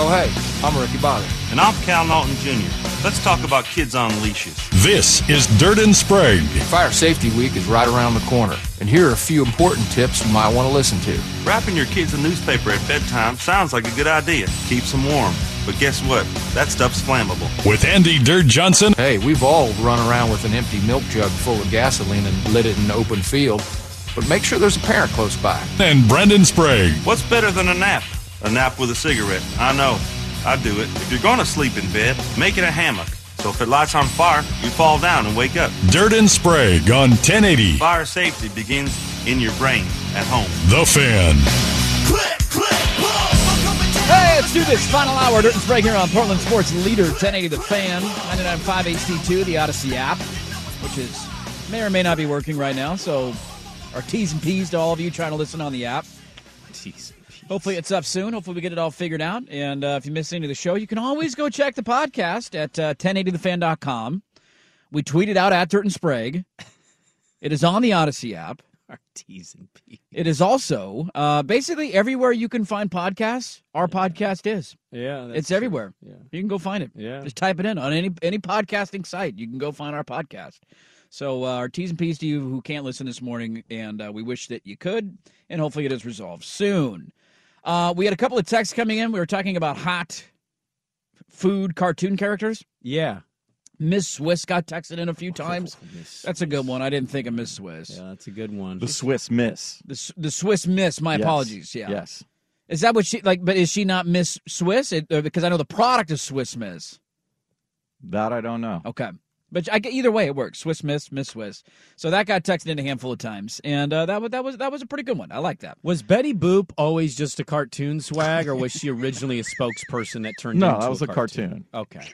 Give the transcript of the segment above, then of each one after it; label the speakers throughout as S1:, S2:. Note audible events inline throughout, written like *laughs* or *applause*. S1: Oh, hey, I'm Ricky Bobby.
S2: And I'm Cal Naughton Jr. Let's talk about kids on leashes.
S3: This is Dirt and Sprague.
S1: Fire Safety Week is right around the corner, and here are a few important tips you might want to listen to.
S2: Wrapping your kids a newspaper at bedtime sounds like a good idea. Keeps them warm. But guess what? That stuff's flammable.
S3: With Andy Dirt Johnson,
S1: Hey, we've all run around with an empty milk jug full of gasoline and lit it in an open field, but make sure there's a parent close by.
S3: and Brendan Sprague.
S2: What's better than a nap? A nap with a cigarette. I know. I do it. If you're going to sleep in bed, make it a hammock. So if it lights on fire, you fall down and wake up.
S3: Dirt and Sprague on 1080.
S2: Fire safety begins in your brain at home.
S3: The Fan.
S4: Hey, let's do this. Final hour. Dirt and Sprague here on Portland Sports Leader 1080 The Fan, 995 HD2, the Odyssey app, which is may or may not be working right now. So, our T's and P's to all of you trying to listen on the app. Hopefully, it's up soon. Hopefully, we get it all figured out. And uh, if you missed any of the show, you can always go check the podcast at uh, 1080thefan.com. We tweeted out at Dirt and Sprague. It is on the Odyssey app. It is also uh, basically everywhere you can find podcasts. Our podcast is.
S5: Yeah, that's
S4: it's everywhere. You can go find it.
S5: Yeah.
S4: Just type it in on any any podcasting site. You can go find our podcast. So uh, our T's and P's to you who can't listen this morning, and uh, we wish that you could, and hopefully it is resolved soon. Uh, we had a couple of texts coming in. We were talking about hot food cartoon characters.
S5: Yeah,
S4: Miss Swiss got texted in a
S5: *laughs*
S4: few times. That's a good one. I didn't think of Miss Swiss.
S5: yeah, that's a good one.
S6: The Swiss Miss.
S4: The S- the Swiss Miss. My
S6: Yes.
S4: apologies. Yeah.
S6: Yes.
S4: Is that what she like? But is she not Miss Swiss? It, uh, because I know the product is Swiss Miss.
S6: That I don't know.
S4: Okay. But I, get- either way, it works. Swiss Miss, Miss Swiss. So that got texted in a handful of times, and uh, that was that was that was a pretty good one. I like that.
S5: Was Betty Boop always just a cartoon swag, or was she originally a spokesperson that turned
S6: No,
S5: into
S6: that was a cartoon.
S5: Okay,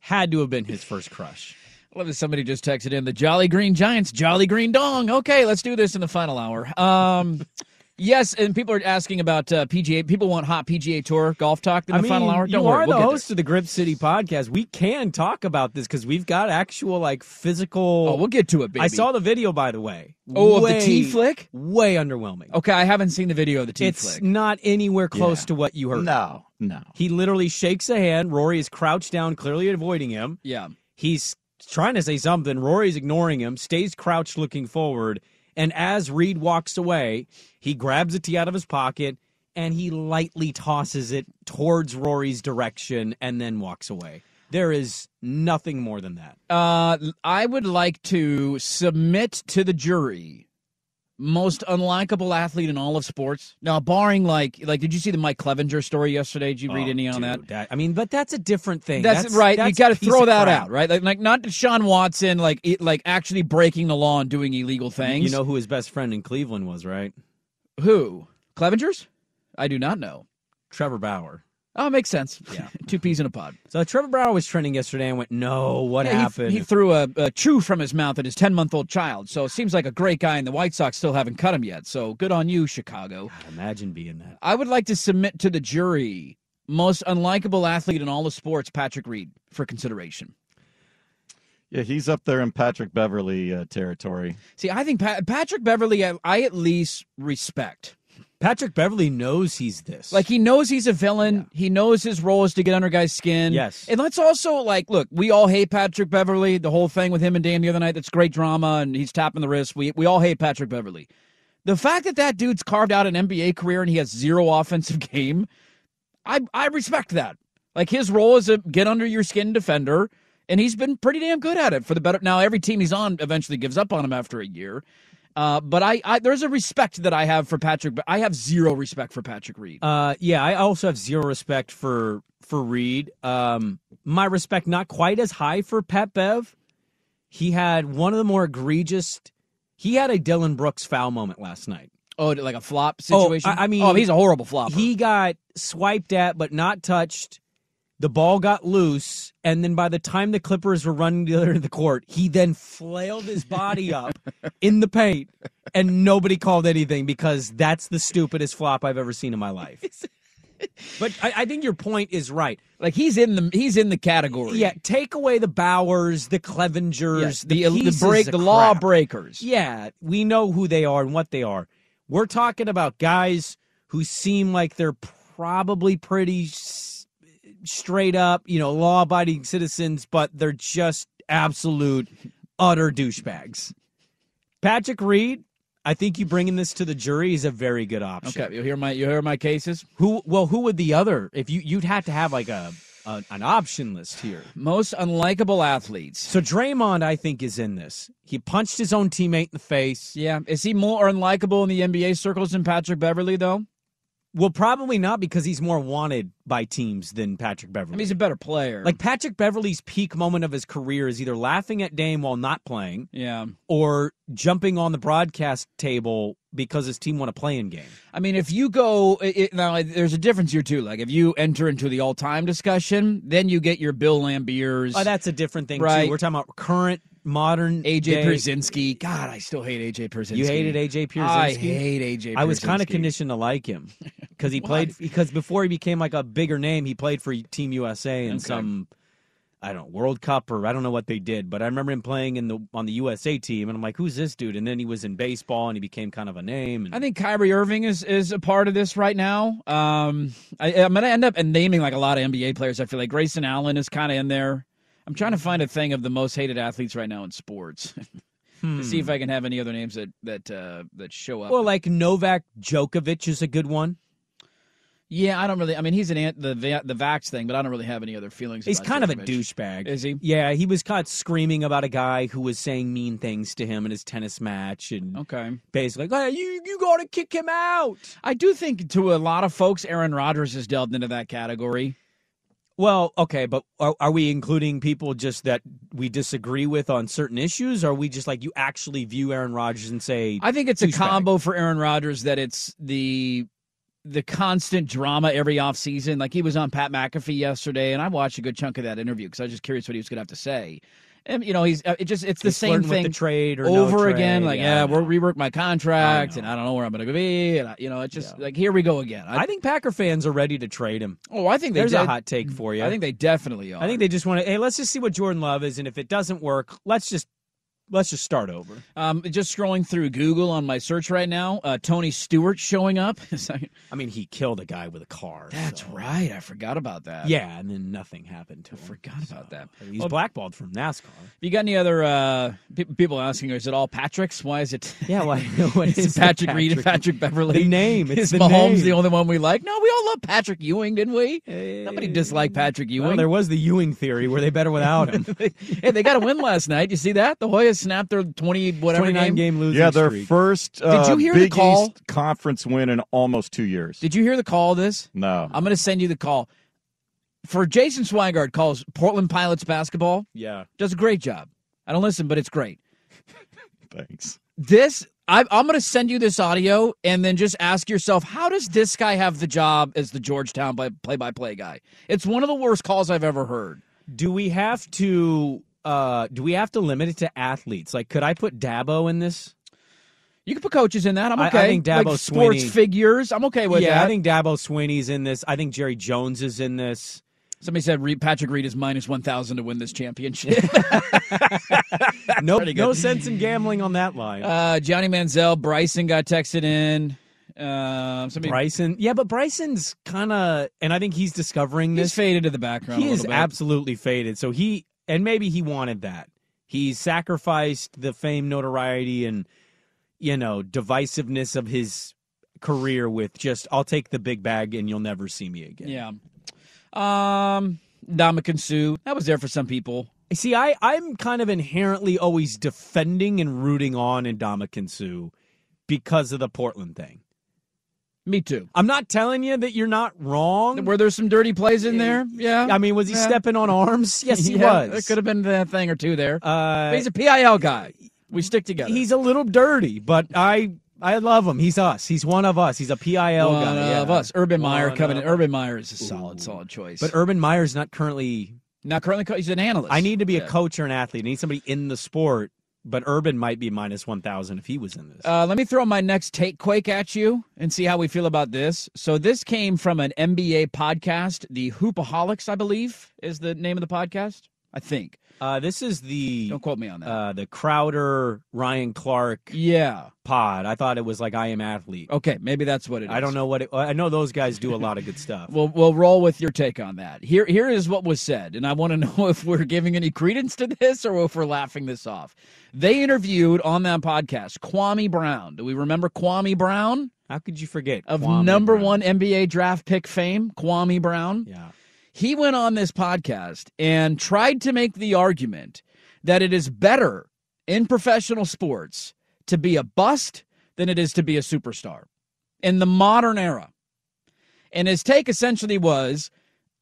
S5: had to have been his first crush.
S4: I love that somebody just texted in the Jolly Green Giants, Jolly Green Dong. Okay, let's do this in the final hour. Um, *laughs* yes, and people are asking about uh, PGA. People want hot PGA Tour golf talk in the
S5: I mean,
S4: final hour. Don't
S5: you
S4: worry,
S5: are
S4: we'll
S5: the
S4: get
S5: host of the Grip City podcast. We can talk about this because we've got actual like physical.
S4: there. Oh, we'll get to it, baby.
S5: I saw the video, by the way.
S4: Oh, of the Oh,
S5: Way-
S4: T flick?
S5: Way underwhelming.
S4: Okay, I haven't seen the video of the T
S5: it's
S4: flick.
S5: not anywhere close
S6: Yeah.
S5: to what you heard.
S6: No, no.
S5: He literally shakes a hand. Rory is crouched down, clearly avoiding him.
S4: yeah.
S5: He's trying to say something. Rory's ignoring him, stays crouched looking forward. And as Reed walks away, he grabs a tee out of his pocket and he lightly tosses it towards Rory's direction and then walks away. There is nothing more than that.
S4: Uh, I would like to submit to the jury most unlikable athlete in all of sports. Now, barring like like, did you see the Mike Clevenger story yesterday? Did you read any on that?
S5: Oh, Dude, I mean, but that's a different thing.
S4: That's,
S5: That's
S4: right. you got to throw that out, right?
S5: right?
S4: Like, like not Sean Watson, like it, like actually breaking the law and doing illegal things.
S5: You know who his best friend in Cleveland was, right?
S4: who? Clevenger's? I do not know.
S5: Trevor Bauer.
S4: Oh, makes sense. Yeah, *laughs* two peas in a pod.
S5: So Trevor Bauer was trending yesterday and went, no, what
S4: Yeah, he-
S5: happened?
S4: He, threw a, a chew from his mouth at his 10 month old child. So it seems like a great guy, and the White Sox still haven't cut him yet. So good on you, Chicago.
S5: Imagine being that.
S4: I would like to submit to the jury most unlikable athlete in all of sports, Patrick Reed, for consideration.
S6: Yeah, he's up there in Patrick Beverly uh, territory.
S4: See, I think pa- Patrick Beverly, I, I at least respect.
S5: Patrick Beverly knows he's this.
S4: Like he knows he's a villain. He knows his role is to get under guys' skin.
S5: Yes.
S4: And let's also like look, we all hate Patrick Beverly, the whole thing with him and Dan the other night, that's great drama and he's tapping the wrist. We we all hate Patrick Beverly. The fact that that dude's carved out an NBA career and he has zero *laughs* offensive game, I I respect that. Like his role is a get under your skin defender, and he's been pretty damn good at it for the better. Now every team he's on eventually gives up on him after a year, uh, but I, I there's a respect that I have for Patrick. But I have zero respect for Patrick Reed.
S5: Uh, yeah, I also have zero respect for for Reed. Um, my respect not quite as high for Pat Bev. He had one of the more egregious. He had a Dylan Brooks foul moment last night.
S4: oh, like a flop situation.
S5: I- I mean-
S4: oh, he's a horrible flop.
S5: He got swiped at but not touched. The ball got loose, and then by the time the Clippers were running to the other end of the court, he then flailed his
S4: *laughs*
S5: body up in the paint, and nobody called anything because that's the stupidest flop I've ever seen in my life.
S4: *laughs*
S5: but I, I think your point is right.
S4: like he's in the he's in the category.
S5: Yeah, take away the Bowers, the Clevengers,
S4: Yes,
S5: the,
S4: the the
S5: pieces
S4: break
S5: of
S4: the law
S5: crap.
S4: breakers.
S5: Yeah, we know who they are and what they are. We're talking about guys who seem like they're probably pretty s- straight up, you know, law abiding citizens, but they're just absolute, utter douchebags. Patrick Reed, I think you bringing this to the jury is a very good option.
S4: Okay, you hear my you hear my cases.
S5: Who? Well, who would the other? If you you'd have to have like a, a an option list here.
S4: Most unlikable athletes.
S5: So Draymond, I think, is in this. He punched his own teammate in the face.
S4: Yeah, is he more unlikable in the NBA circles than Patrick Beverly though?
S5: Well, probably not because he's more wanted by teams than Patrick
S4: I
S5: Beverly.
S4: mean, he's a better player.
S5: like Patrick Beverly's peak moment of his career is either laughing at Dame while not playing
S4: yeah.
S5: or jumping on the broadcast table because his team won a playing game.
S4: I mean, if you go it, it- now, there's a difference here too. Like if you enter into the all-time discussion, then you get your Bill Lambiers,
S5: Oh, that's a different thing
S4: Right.
S5: too. We're talking about current modern
S4: AJ
S5: day-
S4: Pierzynski. God, I still hate AJ Pierzynski.
S5: You hated AJ Pierzynski.
S4: I hate AJ. Pierzynski.
S5: I was kind of conditioned to like him
S4: *laughs*
S5: because he played because before he became like a bigger name, he played for Team USA in
S4: Okay.
S5: some I don't know World Cup or I don't know what they did, but I remember him playing in the on the USA team, and I'm like, who's this dude? And then he was in baseball and he became kind of a name. And
S4: I think Kyrie Irving is is a part of this right now. Um, I, I'm going to end up naming like a lot of NBA players. I feel like Grayson Allen is kind of in there. I'm trying to find a thing of the most hated athletes right now in sports *laughs* to see if I can have any other names that that uh, that show up.
S5: Hmm. well, like Novak Djokovic is a good one.
S4: yeah, I don't really. I mean, he's an ant, the va- the vax thing, but I don't really have any other feelings.
S5: He's
S4: about
S5: kind of a
S4: Djokovic.
S5: douchebag.
S4: Is he?
S5: Yeah, he was caught screaming about a guy who was saying mean things to him in his tennis match, and
S4: Okay.
S5: basically, like, hey, you you gotta kick him out.
S4: I do think to a lot of folks, Aaron Rodgers has delved into that category.
S5: Well, okay, but are, are we including people just that we disagree with on certain issues? Or are we just like you actually view Aaron Rodgers and say,
S4: I think it's a
S5: Douchebag.
S4: combo for Aaron Rodgers that it's the the constant drama every offseason. Like he was on Pat McAfee yesterday, and I watched a good chunk of that interview because I was just curious what he was going to have to say. And you know, he's uh, it just it's the
S5: he's
S4: same
S5: flirting
S4: thing
S5: with the trade or no
S4: over
S5: trade?
S4: again. Like yeah,
S5: I
S4: we'll
S5: know.
S4: rework my contract,
S5: I
S4: and
S5: know.
S4: I don't know where I'm going to be. And I, you know, it's just like here we go again. I,
S5: I think Packer fans are ready to trade him.
S4: oh, I think they
S5: There's a
S4: did-
S5: hot take for you.
S4: I think they definitely are.
S5: I think they just want to. Hey, let's just see what Jordan Love is, and if it doesn't work, let's just let's just start over.
S4: um, just scrolling through Google on my search right now. Uh, Tony Stewart showing up. *laughs* It's like, "Oh,
S5: I mean, he killed a guy with a car.
S4: That's
S5: so-
S4: right. I forgot about that.
S5: Yeah, and then nothing happened to him.
S4: forgot Oh. about that.
S5: He's
S4: Well-
S5: blackballed from NASCAR.
S4: You got any other uh, pe- people asking? Is it all Patrick's? Why is it?
S5: *laughs* Yeah, why?
S4: *laughs*
S5: What
S4: Is it Patrick, Reed and Patrick Beverly?
S5: The name. It's
S4: is
S5: the
S4: Mahomes
S5: name.
S4: the only one we like? No, we all love Patrick Ewing, didn't we? Nobody disliked Patrick Ewing.
S5: Well, there was the Ewing theory. Were they better without *laughs* him?
S4: *laughs* hey, they got a win last night. You see that? The Hoyas snapped their twenty whatever
S5: Twenty-nine
S4: game.
S5: game losing
S6: yeah, their
S5: streak.
S6: first uh,
S4: you hear the
S6: Big
S4: call?
S6: East conference win in almost two years.
S4: Did you hear the call? Of this?
S6: no,
S4: I'm going to send you the call. For Jason Swigard calls Portland Pilots basketball.
S5: yeah.
S4: Does a great job. I don't listen, but it's great.
S6: thanks.
S4: this I, i'm going to send you this audio and then just ask yourself how does this guy have the job as the georgetown by- play-by-play guy it's one of the worst calls i've ever heard
S5: Do we have to? Uh, do we have to limit it to athletes? Like, could I put Dabo in this?
S4: you can put coaches in that i'm
S5: I- I
S4: okay
S5: think
S4: Like
S5: Dabo
S4: sports
S5: Swinney-
S4: figures i'm okay with
S5: yeah,
S4: that
S5: I think Dabo Sweeney's in this. I think Jerry Jones is in *laughs* this.
S4: somebody said Reed, patrick reed is minus 1000 to win this championship *laughs*
S5: No, no sense in gambling on that line.
S4: uh, johnny manziel bryson got texted in Um, somebody
S5: Bryson, yeah, but Bryson's kind of, and I think he's discovering
S4: he's
S5: this.
S4: faded to the background.
S5: he
S4: a
S5: is
S4: little bit.
S5: absolutely faded. So he, and maybe he wanted that. He sacrificed the fame, notoriety, and you know divisiveness of his career with just I'll take the big bag and you'll never see me again.
S4: Yeah. Um, Dominican Sue. That was there for some people.
S5: See, I I'm kind of inherently always defending and rooting on Indomitian Sue because of the Portland thing.
S4: Me too.
S5: I'm not telling you that you're not wrong.
S4: Were there some dirty plays in there? Yeah.
S5: I mean, was he
S4: Yeah.
S5: stepping on arms?
S4: *laughs*
S5: Yes, he
S4: Yeah, There
S5: was.
S4: could have been a thing or two there.
S5: Uh, Mm,
S4: But he's a PIL guy. We stick together.
S5: he's a little dirty, but I I love him. He's us. He's one of us. He's a PIL
S4: one
S5: guy.
S4: of
S5: yeah.
S4: us. Urban Meyer
S5: One
S4: coming in.
S5: of
S4: Urban Meyer is a solid, solid choice.
S5: But Urban Meyer's not currently.
S4: now currently co- he's an analyst.
S5: I need to be
S4: Yeah.
S5: a coach or an athlete. I need somebody in the sport. But Urban might be minus one thousand if he was in this.
S4: Uh, let me throw my next take quake at you and see how we feel about this. So this came from an NBA podcast, the Hoopaholics, I believe, is the name of the podcast. I think.
S5: Uh, this is the
S4: Don't quote me on that.
S5: uh, the Crowder Ryan Clark
S4: yeah.
S5: pod. I thought it was like I am athlete.
S4: Okay. Maybe that's what it is.
S5: I don't know what it, I know. Those guys do a lot
S4: *laughs*
S5: of good stuff.
S4: We'll we'll roll with your take on that. Here here is what was said, and I want to *laughs* know if we're giving any credence to this or if we're laughing this off. They interviewed on that podcast Kwame Brown. Do we remember Kwame Brown
S5: How could you forget
S4: of
S5: Kwame
S4: number
S5: Brown?
S4: one NBA draft pick fame? Kwame Brown.
S5: Yeah,
S4: He went on this podcast and tried to make the argument that it is better in professional sports to be a bust than it is to be a superstar in the modern era. And his take essentially was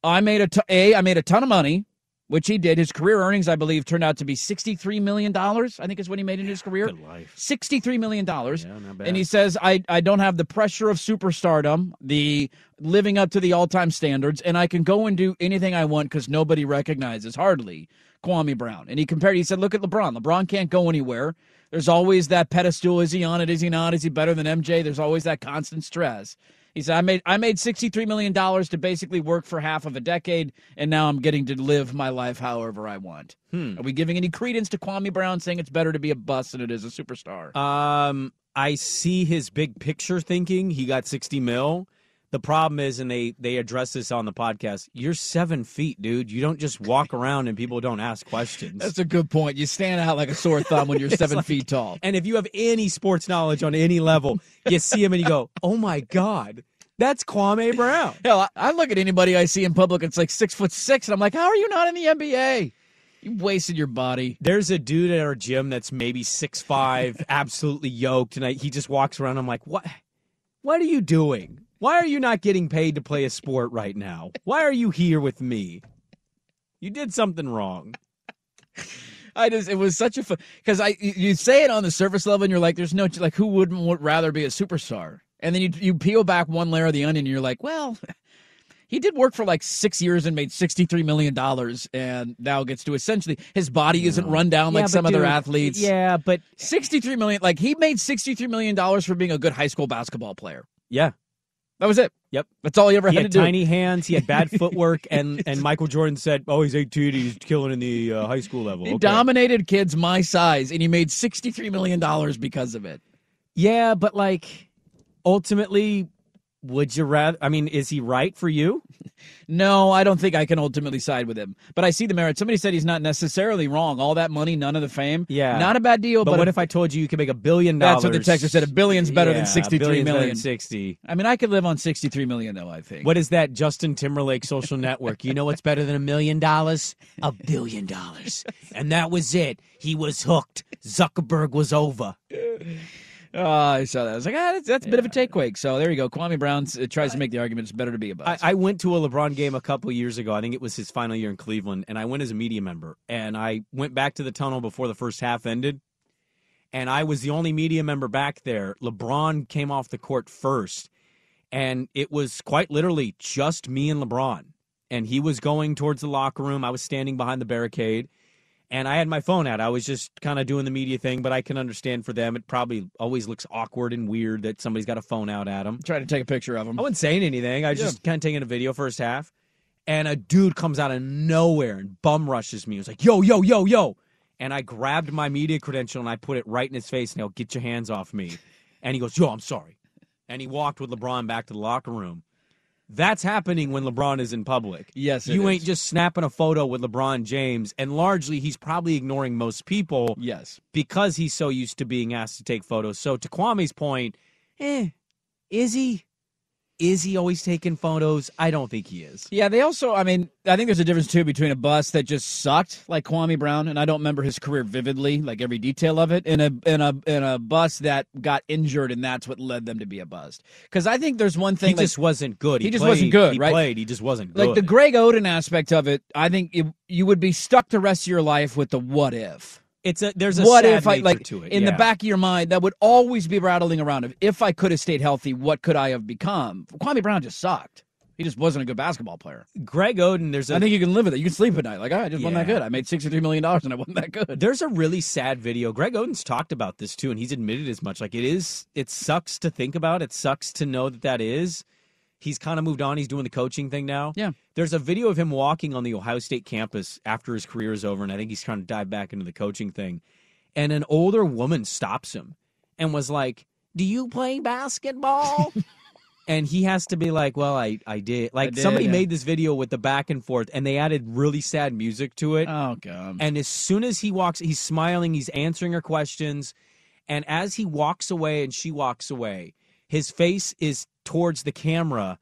S4: I made a t- a I made a ton of money, which he did. His career earnings, I believe, turned out to be $63 million, I think is what he made in his career.
S5: good life.
S4: $63 million.
S5: Yeah, not bad.
S4: And he says, I, I don't have the pressure of superstardom, the living up to the all time standards, and I can go and do anything I want because nobody recognizes hardly Kwame Brown. And he compared, he said, Look at LeBron. LeBron can't go anywhere. There's always that pedestal. Is he on it? Is he not? Is he better than MJ? There's always that constant stress. He said, I made I made sixty three million dollars to basically work for half of a decade, and now I'm getting to live my life however I want. Are we giving any credence to Kwame Brown saying it's better to be a bust than it is a superstar?
S5: Um, I see his big picture thinking. He got sixty mil. The problem is, and they they address this on the podcast. You're seven feet, dude. You don't just walk around and people don't ask questions.
S4: That's a good point. You stand out like a sore thumb *laughs* when you're seven feet tall.
S5: And if you have any sports knowledge on any level, you see him and you go, "Oh my god, that's Kwame Brown."
S4: Hell, I, I look at anybody I see in public. It's like six foot six, and I'm like, how are you not in the NBA? You wasted your body.
S5: There's a dude at our gym that's maybe six five, *laughs* absolutely yoked, and I, he just walks around. I'm like, "What? What are you doing? Why are you not getting paid to play a sport right now? Why are you here with me? You did something wrong."
S4: I just it was such a because I you- you say it on the surface level, and you're like, there's no like who wouldn't would rather be a superstar? And then you you peel back one layer of the onion, and you're like, well. *laughs* He did work for like six years and made $63 million, and now gets to essentially his body isn't run down like
S5: Yeah, but
S4: some other
S5: dude,
S4: athletes.
S5: Yeah, but
S4: 63 million like he made 63 million dollars for being a good high school basketball player
S5: *laughs* yeah,
S4: that was it
S5: Yep.
S4: that's all he ever
S5: he
S4: had,
S5: had
S4: to
S5: tiny hands. He had *laughs* bad footwork, and and Michael Jordan said, "Oh, he's 18. He's killing in the uh, high school level."
S4: do he
S5: Okay.
S4: dominated kids my size and he made 63 million dollars because of it
S5: Yeah, but like, ultimately, would you rather? I mean, is he right for you?
S4: no i don't think i can ultimately side with him but i see the merit somebody said he's not necessarily wrong all that money none of the fame
S5: Yeah.
S4: not a bad deal
S5: But,
S4: but,
S5: what
S4: a-
S5: if I told you you could make a billion dollars?
S4: That's what the texter said, a billion's better than
S5: Yeah,
S4: 63
S5: billion's better than
S4: million.
S5: Sixty.
S4: i mean i could live on 63 million though i think
S5: What is that? Justin Timberlake social network. You know what's better than a million dollars? A billion dollars. And that was it. He was hooked. Zuckerberg was over.
S4: oh i saw that i was like ah, that's, that's a bit of a take quake so there you go kwame brown uh, tries to make the argument it's better to be a bust
S5: I, I went to a LeBron game a couple years ago. I think it was his final year in Cleveland, and I went as a media member. And I went back to the tunnel before the first half ended, and I was the only media member back there. LeBron came off the court first, and it was quite literally just me and LeBron. And he was going towards the locker room. I was standing behind the barricade, and I had my phone out. I was just kind of doing the media thing, but I can understand for them. It probably always looks awkward and weird that somebody's got a phone out at them.
S4: trying to take a picture of him
S5: I wasn't saying anything. I was just kind of taking a video first half. And a dude comes out of nowhere and bum rushes me. He was like, yo, yo, yo, yo. And I grabbed my media credential and I put it right in his face and he'll get your hands off me. And he goes, yo, I'm sorry. and he walked with LeBron back to the locker room. That's happening when LeBron is in public.
S4: Yes, it
S5: you ain't
S4: is.
S5: just snapping a photo with LeBron James, and largely he's probably ignoring most people
S4: Yes.
S5: because he's so used to being asked to take photos. So to Kwame's point, eh, is he? Is he always taking photos? I don't think he is.
S4: Yeah, they also, I mean, I think there's a difference too between a bus that just sucked, like Kwame Brown, and I don't remember his career vividly, like every detail of it, and a and a and a bus that got injured, and that's what led them to be a bust. Because I think there's one thing
S5: He
S4: like-
S5: just wasn't good.
S4: he just wasn't good,
S5: He
S4: right?
S5: played. He just wasn't good.
S4: like the Greg Oden aspect of it. I think it, you would be stuck the rest of your life with the what if.
S5: It's a there's a
S4: what
S5: sad
S4: if I
S5: nature
S4: like
S5: to it
S4: in the
S5: yeah.
S4: back of your mind that would always be rattling around of if I could have stayed healthy, what could I have become? Kwame Brown just sucked. He just wasn't a good basketball player.
S5: Greg Oden. There's a
S4: I think you can live with it. You can sleep at night. Like "Oh, I just wasn't that
S5: Yeah.
S4: good. I made sixty three million dollars and I wasn't that good. *laughs*
S5: there's a really sad video. Greg Oden's talked about this too, and he's admitted as much. Like it is, it sucks to think about. It sucks to know that that is. He's kind of moved on. He's doing the coaching thing now.
S4: Yeah.
S5: There's a video of him walking on the Ohio State campus after his career is over, and I think he's trying to dive back into the coaching thing. And an older woman stops him and was like, "Do you
S4: *laughs*
S5: play basketball?" and he has to be like, "Well, I I did." Like
S4: did,
S5: somebody
S4: yeah.
S5: made this video with the back and forth, and they added really sad music to it.
S4: Oh god.
S5: And as soon as he walks, he's smiling, he's answering her questions. And as he walks away and she walks away, his face is towards the camera.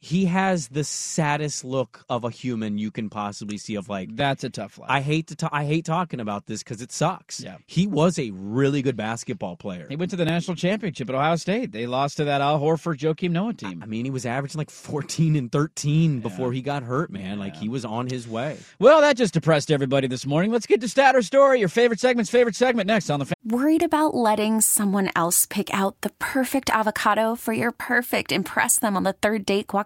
S5: He has the saddest look of a human you can possibly see of like
S4: That's a tough life.
S5: I hate to ta- I hate talking about this cuz it sucks.
S4: Yeah.
S5: He was a really good basketball player.
S4: he went to the national championship at Ohio State. They lost to that Al Horford Joakim Noah team.
S5: I mean, he was averaging like 14 and 13 before he got hurt, man. Like he was on his way.
S4: Well, that just depressed everybody this morning. Let's get to stat or story. Your favorite segment's favorite segment next on the. Fan.
S7: Worried about letting someone else pick out the perfect avocado for your perfect impress them on the third date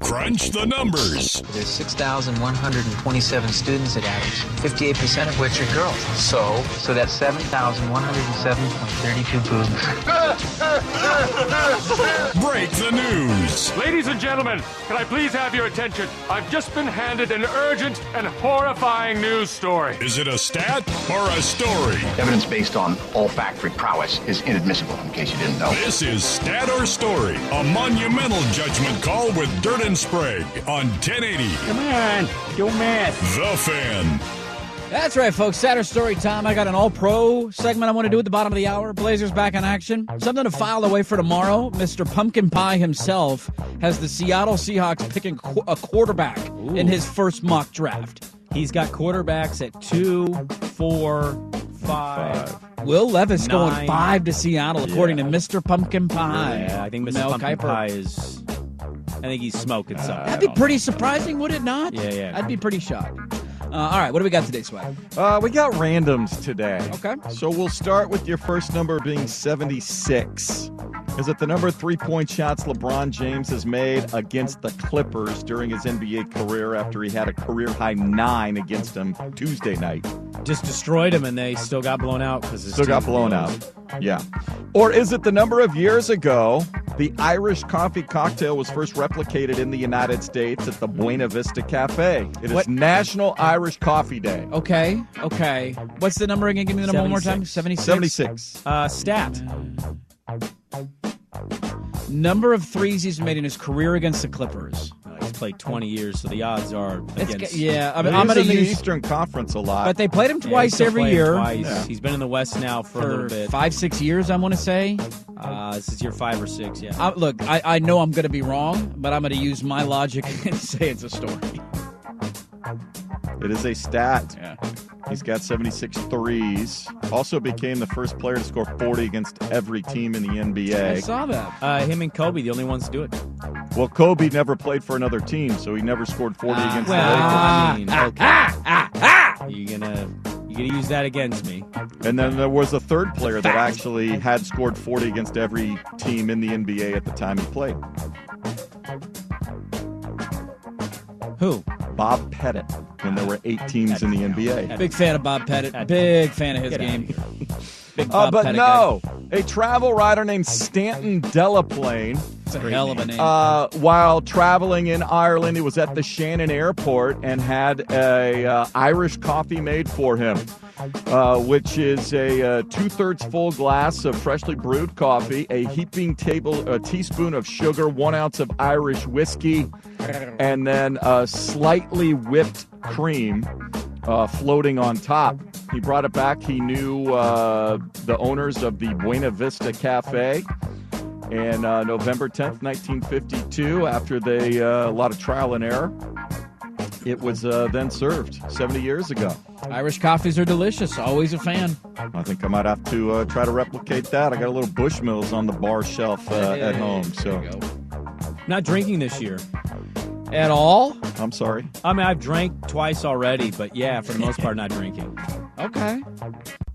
S3: Crunch the numbers.
S8: There's 6,127 students at Adams, 58% of which are girls. So? So that's 7,107.32 boobs.
S3: Break the news.
S9: Ladies and gentlemen, can I please have your attention? I've just been handed an urgent and horrifying news story.
S3: Is it a stat or a story?
S10: Evidence based on olfactory prowess is inadmissible, in case you didn't know.
S3: This is Stat or Story, a monumental judgment call with Dirt and Sprague on 1080.
S9: Come on, do math.
S3: The Fan.
S4: That's right, folks. Saturday story time. I got an all pro segment I want to do at the bottom of the hour. Blazers back in action. Something to file away for tomorrow. Mr. Pumpkin Pie himself has the Seattle Seahawks picking qu- a quarterback in his first mock draft.
S5: He's got quarterbacks at two, four, five, nine.
S4: Will Levis going
S5: Nine.
S4: five to Seattle, according to Mr. Pumpkin Pie.
S5: Yeah, I think Mr.
S4: Mel
S5: Pumpkin
S4: Kiper.
S5: Pie is. I think he's smoking something.
S4: That'd be pretty surprising, would it not?
S5: Yeah, yeah.
S4: I'd be pretty shocked. Uh, all right, what do we got today, Swag?
S6: Uh, we got randoms today.
S4: Okay.
S6: So we'll start with your first number being 76. Is it the number of three point shots LeBron James has made against the Clippers during his NBA career after he had a career high nine against them Tuesday night?
S5: Just destroyed him, and they still got blown out because
S6: Still got blown out. Yeah. Or is it the number of years ago the Irish coffee cocktail was first replicated in the United States at the Buena Vista Cafe? It is
S4: What-
S6: National Irish Coffee Day.
S4: Okay, okay. What's the number again? Give me the number one more time. 76?
S6: 76.
S5: Uh, stat.
S4: Number of threes he's made in his career against the Clippers.
S5: Uh, he's played 20 years, so the odds are
S4: It's
S5: against.
S4: g- yeah, I mean, I'm gonna
S6: in the
S4: use-
S6: Eastern Conference a lot.
S4: But they played him
S5: Yeah,
S4: twice
S5: he's still
S4: every
S5: playing
S4: year.
S5: twice.
S6: Yeah.
S5: He's been in the West now for, a
S4: For
S5: little bit.
S4: five, six years, I want to say.
S5: Uh, this is your five or six, yeah.
S4: I, look, I, I know I'm going to be wrong, but I'm going to use my logic *laughs* and say it's a story.
S6: It is a stat.
S4: Yeah.
S6: He's got 76 threes. Also became the first player to score 40 against every team in the
S4: I
S6: NBA.
S4: saw that.
S5: Uh, him and Kobe, the only ones to do it.
S6: Well, Kobe never played for another team, so he never scored 40
S4: Ah,
S6: against
S4: well,
S6: the Lakers.
S5: I mean, okay.
S4: Ah,
S5: You're gonna you gonna use that against me.
S6: And then there was a third player that actually had scored 40 against every team in the NBA at the time he played.
S5: Who?
S6: Bob Pettit, when there were eight teams in the NBA.
S4: Big fan of Bob Pettit. Big fan of his
S5: Get outta
S4: game. Big
S6: Uh,
S4: Bob
S6: but
S4: Pettit
S6: no, a travel writer named Stanton Delaplane,
S4: guy. It's a hell of a name.
S6: uh, while traveling in Ireland, he was at the Shannon Airport and had a uh, Irish coffee made for him, uh, which is a uh, two-thirds full glass of freshly brewed coffee, a heaping table, a teaspoon of sugar, one ounce of Irish whiskey, and then uh, slightly whipped cream uh, floating on top. He brought it back. He knew uh, the owners of the Buena Vista Cafe. And uh, November 10th, 1952, after they uh, a lot of trial and error, it was uh, then served 70 years ago.
S4: Irish coffees are delicious. Always a fan.
S6: I think I might have to uh, try to replicate that. I got a little Bushmills on the bar shelf uh, at home, so
S4: There you go.
S5: Not drinking this year.
S4: At all?
S6: I'm sorry.
S5: I mean, I've drank twice already, but yeah, for the most part, not drinking.
S4: Okay.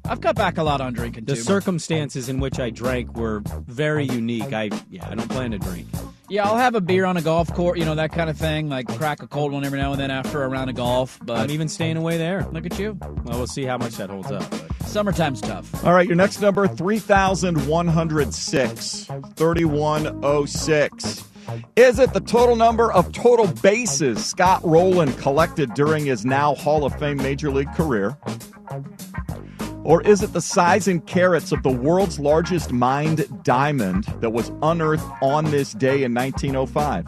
S4: I've cut back a lot on drinking
S5: The
S4: too.
S5: circumstances in which I drank were very unique. I yeah, I don't plan to drink.
S4: yeah, I'll have a beer on a golf course, you know, that kind of thing. Like crack a cold one every now and then after a round of golf. But
S5: I'm even staying away there.
S4: look at you.
S5: Well, we'll see how much that holds up. but-
S4: Summertime's tough.
S6: All right, your next number 3106. 3106. Is it the total number of total bases Scott Rowland collected during his now Hall of Fame Major League career? Or is it the size in carats of the world's largest mined diamond that was unearthed on this day in 1905?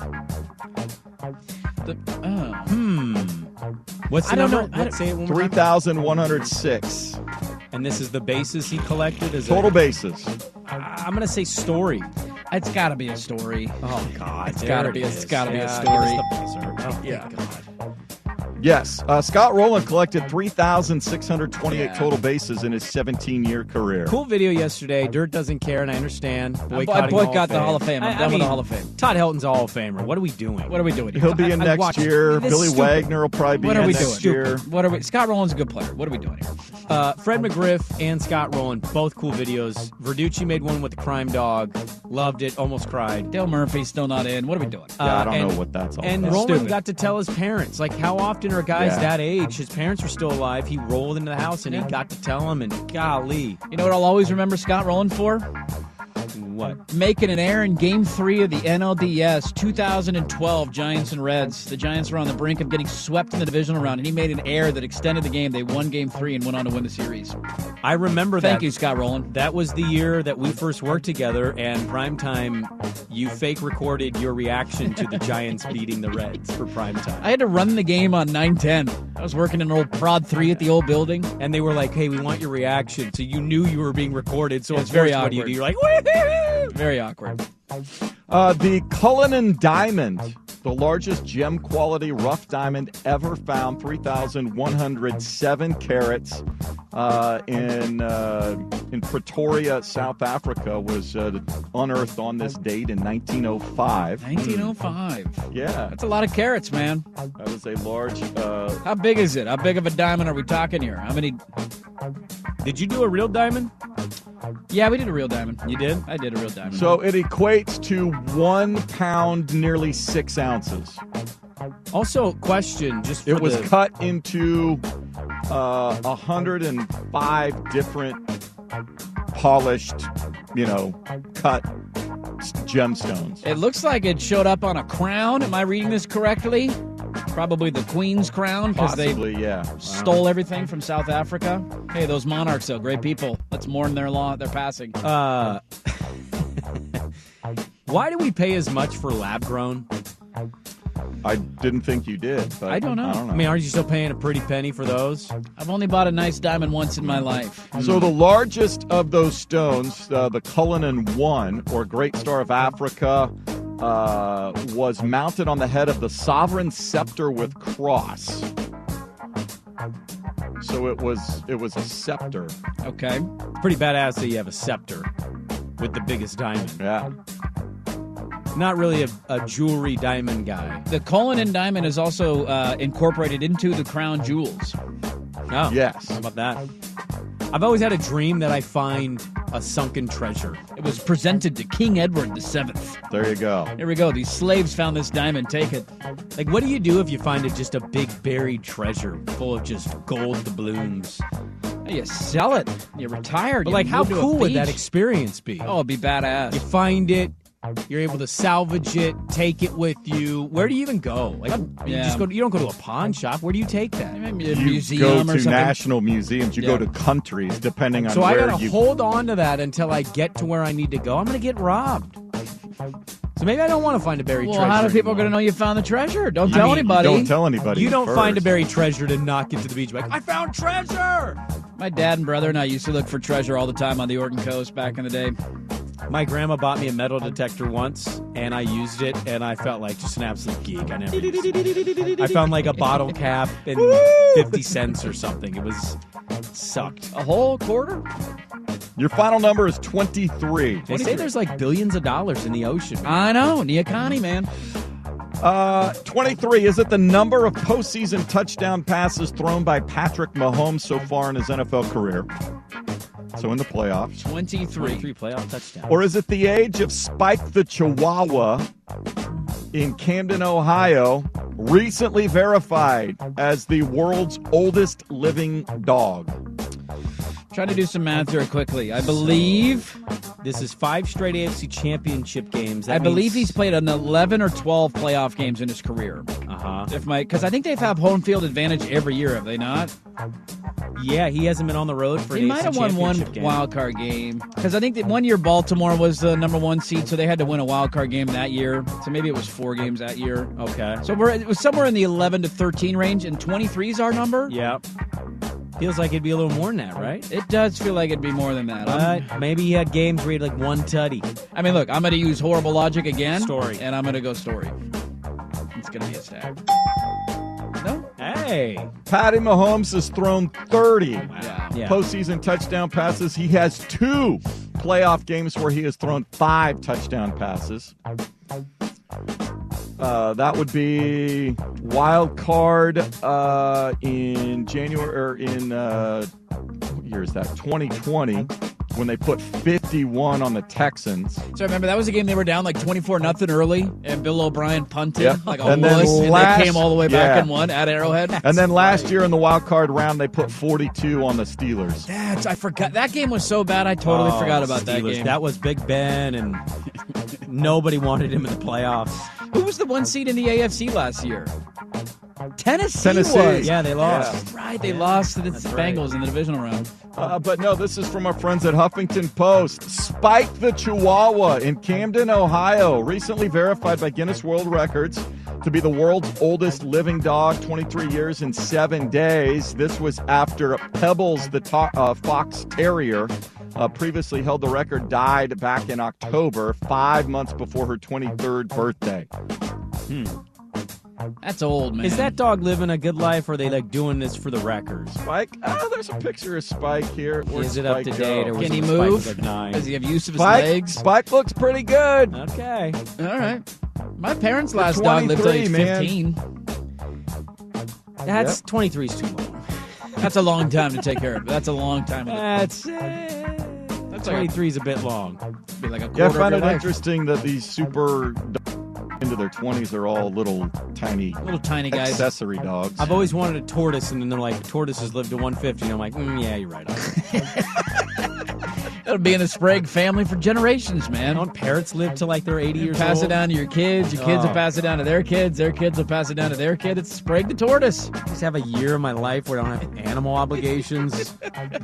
S4: The- oh.
S5: What's the
S4: I don't
S5: number?
S4: know. I
S5: Let's say it one more time.
S6: 3,106
S5: And this is the bases he collected. Is
S6: total
S5: It,
S6: bases.
S5: I- I'm gonna say story.
S4: It's got to be a story.
S5: Oh God,
S4: It's
S5: there
S4: gotta
S5: it
S4: be a- it's
S5: is.
S4: gotta be a
S5: Yeah,
S4: story.
S5: give us the buzzer. Oh, thank
S4: Yeah.
S5: God.
S6: Yes, uh, Scott Rowland collected 3,628
S4: Yeah.
S6: total bases in his 17-year career.
S5: Cool video yesterday. Dirt doesn't care, and I understand.
S4: I
S5: Boycotting
S4: boycott the Hall of Fame. I'm
S5: I- I
S4: done with the
S5: mean,
S4: Hall of Fame.
S5: Todd Helton's a Hall of Famer. What are we doing?
S4: What are we doing? here?
S6: He'll be
S4: I-
S6: in
S4: I
S6: next
S4: watched-
S6: year.
S4: This is
S6: Billy
S4: stupid.
S6: Wagner will probably be
S4: What are
S6: in
S4: we
S6: next
S4: doing?
S6: year.
S4: What are we? Scott Rowland's a good player. What are we doing here?
S5: Uh, Fred McGriff and Scott Rowland, both cool videos. Verducci made one with the crime dog. Loved it. Almost cried.
S4: Dale Murphy's still not in. What are we doing?
S6: Yeah, I
S5: Uh,
S6: don't
S5: and-
S6: know what that's all
S5: And
S6: about.
S5: Rowland
S4: Stupid.
S5: got to tell his parents, like, how often are guys
S6: Yeah.
S5: that age? His parents were still alive. He rolled into the house and
S4: Yeah.
S5: he got to tell him, and golly,
S4: You know what I'll always remember Scott Rowland for?
S5: what?
S4: Making an error in Game 3 of the NLDS 2012 Giants and Reds. The Giants were on the brink of getting swept in the divisional round, and he made an error that extended the game. They won Game 3 and went on to win the series.
S5: I remember that.
S4: Thank you, Scott Rowland.
S5: That was the year that we first worked together, and primetime, you fake recorded your reaction to the
S4: *laughs*
S5: Giants beating the Reds for primetime.
S4: I had to run the game on 910. I was working in an old Prod 3 at the old building.
S5: And they were like, hey, we want your reaction. So you knew you were being recorded. So
S4: It's
S5: of course,
S4: very
S5: what do you do?
S4: awkward.
S5: You're like, woo
S4: Very awkward.
S6: Uh, the Cullinan Diamond the largest gem quality rough diamond ever found, 3,107 carats uh, in uh, in Pretoria, South Africa, was uh, unearthed on this date in 1905.
S4: 1905.
S6: Hmm. Yeah,
S4: That's a lot of carrots, man.
S6: That was a large. Uh,
S4: How big is it? How big of a diamond are we talking here? How many?
S5: Did you do a real diamond?
S4: Yeah, we did a real diamond.
S5: You did?
S4: I did a real diamond.
S6: so it equates to one pound, nearly six ounces.
S5: Also, question just for
S6: It was
S5: the-
S6: cut into uh, 105 different polished, you know, cut s- gemstones.
S4: It looks like it showed up on a crown. Am I reading this correctly? Probably the queen's crown because they
S6: Possibly, yeah. Wow.
S4: stole everything from South Africa. Hey, those monarchs, though, great people. Let's mourn their law, their passing.
S5: Uh, *laughs* why do we pay as much for lab grown?
S6: I didn't think you did, but
S4: I don't know.
S6: I don't know.
S5: I mean, aren't you still paying a pretty penny for those?
S4: I've only bought a nice diamond once in my life.
S6: So the largest of those stones, uh, the Cullinan One or Great Star of Africa, uh, was mounted on the head of the sovereign scepter with cross. So it was it was a scepter.
S4: Okay.
S5: It's pretty badass that you have a scepter with the biggest diamond.
S6: Yeah.
S5: Not really a, a jewelry diamond guy.
S4: The colon and diamond is also uh, incorporated into the crown jewels.
S5: No.
S6: Yes.
S5: How about that? I've always had a dream that I find a sunken treasure.
S4: It was presented to King Edward VII.
S6: There you go.
S4: Here we go. These slaves found this diamond. Take it.
S5: Like, what do you do if you find it just a big buried treasure full of just gold doubloons?
S4: You sell it. You retire.
S5: But,
S4: you
S5: like, how
S4: move to a
S5: cool would
S4: beach.
S5: that experience be?
S4: Oh, it'd be
S5: You
S4: badass.
S5: find it, you're able to salvage it, take it with you. Where do you even go? Like, you
S4: yeah.
S5: just go. You don't go to a pawn shop. Where do you take that?
S4: Maybe a
S6: You
S4: museum
S6: go
S4: or
S6: to
S4: something.
S6: national museums. You
S4: Yeah.
S6: go to countries, depending on
S5: So I
S6: where
S5: gotta
S6: you.
S5: hold on to that until I get to where I need to go. I'm gonna get robbed. So maybe I don't want to find a buried
S4: well,
S5: treasure.
S4: how do people
S5: anymore.
S4: going to know you found the treasure? Don't
S5: I
S4: tell
S5: mean,
S4: anybody.
S6: Don't tell anybody.
S5: You don't find a
S6: first.
S5: buried treasure to not get to the beach. Like I found treasure.
S4: My dad and brother and I used to look for treasure all the time on the Oregon coast back in the day.
S5: My grandma bought me a metal detector once, and I used it, and I felt like just an absolute geek. I never. Used it. I found like a bottle cap and fifty cents or something. It was sucked.
S4: A whole quarter?
S6: Your final number is 23.
S5: They say there's like billions of dollars in the ocean. man.
S4: I know. Neocani, man.
S6: Uh, 23. Is it the number of postseason touchdown passes thrown by Patrick Mahomes so far in his NFL career? So in the playoffs.
S4: 23.
S5: Three playoff touchdowns.
S6: Or is it the age of Spike the Chihuahua in Camden, Ohio, recently verified as the world's oldest living dog?
S4: Try to do some math here quickly. I believe
S5: this is five straight AFC Championship games.
S4: I believe he's played an 11 or 12 playoff games in his career.
S5: Uh huh.
S4: If my cuz I think they've had home field advantage every year, have they not?
S5: Yeah, he hasn't been on the road for.
S4: He
S5: an
S4: might
S5: AFC
S4: have won one
S5: championship game.
S4: wild card game cuz I think that one year Baltimore was the number 1 seed, so they had to win a wild card game that year. So maybe it was 4 games that year.
S5: Okay.
S4: So we're it was somewhere in the 11 to 13 range and 23 is our number.
S5: Yeah. Feels like it'd be a little more than that, right?
S4: It does feel like it'd be more than that. I'm-
S5: But maybe he had games where he had like one tutty.
S4: I mean, look, I'm going to use horrible logic again.
S5: Story.
S4: And I'm going to go story. It's going to be a stack. No?
S5: Hey.
S6: Patty Mahomes has thrown 30
S4: Yeah.
S5: Yeah.
S6: postseason touchdown passes. He has two playoff games where he has thrown five touchdown passes. Uh, that would be wild card uh, in January or in uh, what year is that? 2020 when they put 51 on the Texans.
S4: So remember, that was a game they were down like 24 nothing early, and Bill O'Brien punted
S6: Yeah.
S4: like a
S6: And then
S4: wuss,
S6: last-
S4: and they came all the way back
S6: yeah.
S4: and won at Arrowhead.
S6: And then last year in the wild card round, they put 42 on the Steelers.
S4: That's, I forgot. That game was so bad, I totally
S5: Oh,
S4: forgot about that
S5: Steelers.
S4: game.
S5: That was Big Ben, and nobody wanted him in the playoffs.
S4: Who was the one seed in the AFC last year? Tennessee,
S6: Tennessee.
S4: was.
S5: Yeah, they lost.
S4: That's right. They lost to the
S5: that's right.
S4: Bengals in the divisional round.
S6: Uh, but no, this is from our friends at Huffington Post. Spike the Chihuahua in Camden, Ohio, recently verified by Guinness World Records to be the world's oldest living dog, 23 years and seven days. This was after Pebbles, the to- uh, fox terrier, uh, previously held the record, died back in October, five months before her 23rd birthday.
S4: That's old, man.
S5: Is that dog living a good life, or are they like doing this for the wreckers?
S6: Spike. Oh, there's a picture of Spike here. Where's
S5: Is it up to
S6: Spike
S5: date?
S6: go?
S5: Or was
S4: Can
S5: it
S4: he
S5: when Spike was,
S4: move?
S5: Like nine.
S4: Does he have use of his
S6: Spike,
S4: legs?
S6: Spike looks pretty good.
S5: Okay.
S4: All right. My parents' last dog lived till age
S6: 23, man.
S4: 15.
S5: That's 23 is too long.
S4: That's a long time to take care of. That's a long time.
S5: *laughs*
S4: to
S5: That's uh,
S4: That's like
S5: 23 is a bit long.
S4: be like a quarter
S6: Yeah, I
S4: of
S6: find
S4: your
S6: it
S4: life.
S6: interesting that these super d- into their 20s are all little tiny
S4: Little tiny guys.
S6: accessory dogs.
S5: I've always wanted a tortoise, and then they're like, tortoises live to 150. And I'm like, mm, yeah, you're right.
S4: It'll be in the Sprague family for generations, man.
S5: Don't parrots live to like they're 80
S4: You
S5: years
S4: pass
S5: old?
S4: it down to your kids. Your kids
S5: Oh.
S4: will pass it down to their kids. Their kids will pass it down to their kid. It's Sprague the tortoise.
S5: just have a year of my life where I don't have animal
S4: *laughs*
S5: obligations,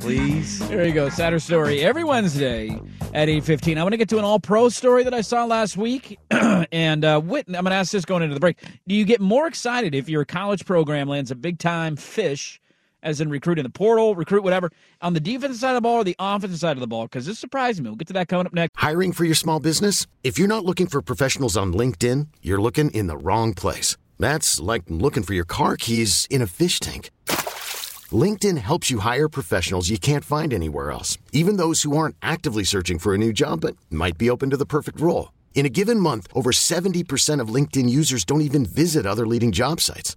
S5: please.
S4: There you go. Sadder story every Wednesday at eight fifteen. I want to get to an All Pro story that I saw last week, *clears throat* and uh, Whit, I'm going to ask this going into the break. Do you get more excited if your college program lands a big time fish, as in recruit in the portal, recruit whatever, on the defensive side of the ball or the offensive side of the ball? Because this surprised me. We'll get to that coming up next.
S11: Hiring for your small business? If you're not looking for professionals on LinkedIn, you're looking in the wrong place. That's like looking for your car keys in a fish tank. LinkedIn helps you hire professionals you can't find anywhere else, even those who aren't actively searching for a new job but might be open to the perfect role. In a given month, over 70% of LinkedIn users don't even visit other leading job sites.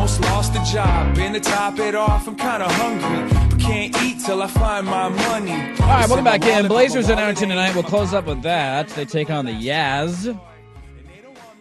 S12: Almost lost the job, and to top it off, I'm kinda hungry. But can't eat till I find my money.
S4: All right, welcome back in. Blazers in Arlington tonight. We'll close up with that. They take on the Yaz.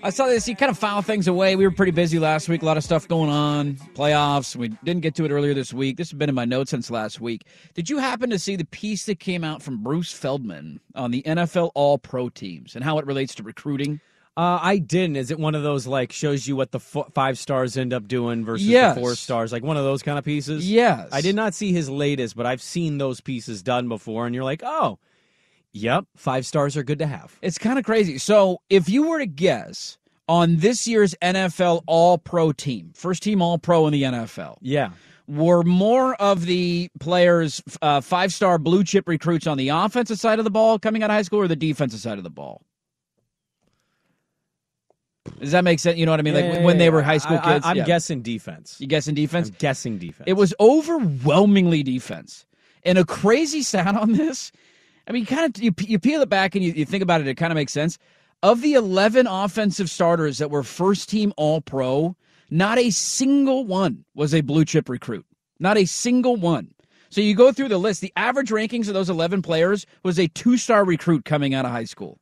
S4: I saw this. You kind of file things away. We were pretty busy last week. A lot of stuff going on. Playoffs. We didn't get to it earlier this week. This has been in my notes since last week. Did you happen to see the piece that came out from Bruce Feldman on the NFL All Pro teams and how it relates to recruiting?
S5: Uh, I didn't. Is it one of those like shows you what the f- five stars end up doing versus
S4: Yes.
S5: the four stars? Like one of those kind of pieces?
S4: Yes.
S5: I did not see his latest, but I've seen those pieces done before, and you're like, oh, yep, five stars are good to have.
S4: It's kind of crazy. So, if you were to guess on this year's NFL All Pro team, first team All Pro in the NFL,
S5: Yeah.
S4: were more of the players uh, five star blue chip recruits on the offensive side of the ball coming out of high school or the defensive side of the ball? Does that make sense? You know what I mean? Like
S5: Yeah,
S4: when they were
S5: yeah,
S4: high school
S5: I- I-
S4: kids?
S5: I'm
S4: Yeah.
S5: guessing defense.
S4: You guessing defense?
S5: I'm guessing defense.
S4: It was overwhelmingly defense. And a crazy stat on this. I mean, kind of you, you peel it back and you, you think about it, it kind of makes sense. Of the 11 offensive starters that were first team All Pro, not a single one was a blue chip recruit. Not a single one. So you go through the list, the average rankings of those 11 players was a two star recruit coming out of high school.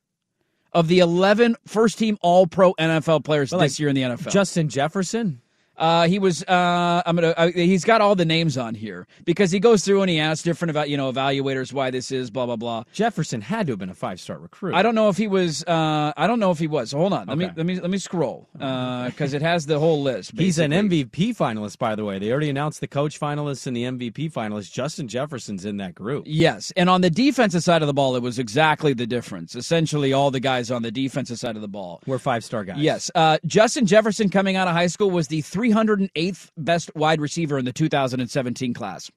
S4: Of the 11 first team All Pro NFL players
S5: But, like,
S4: this year in the NFL.
S5: Justin Jefferson.
S4: Uh, he was. Uh, I'm gonna. Uh, he's got all the names on here because he goes through and he asks different about you know evaluators why this is blah blah blah.
S5: Jefferson had to have been a five star recruit.
S4: I don't know if he was. Uh, I don't know if he was. Hold on. Let me
S5: Okay.
S4: let me let me scroll because it has the whole list.
S5: He's an
S4: basically.
S5: MVP finalist, by the way. They already announced the coach finalists and the MVP finalists. Justin Jefferson's in that group.
S4: Yes, and on the defensive side of the ball, it was exactly the difference. Essentially, all the guys on the defensive side of the ball.
S5: We're five star guys.
S4: Yes, uh, Justin Jefferson coming out of high school was the 308th best wide receiver in the 2017 class.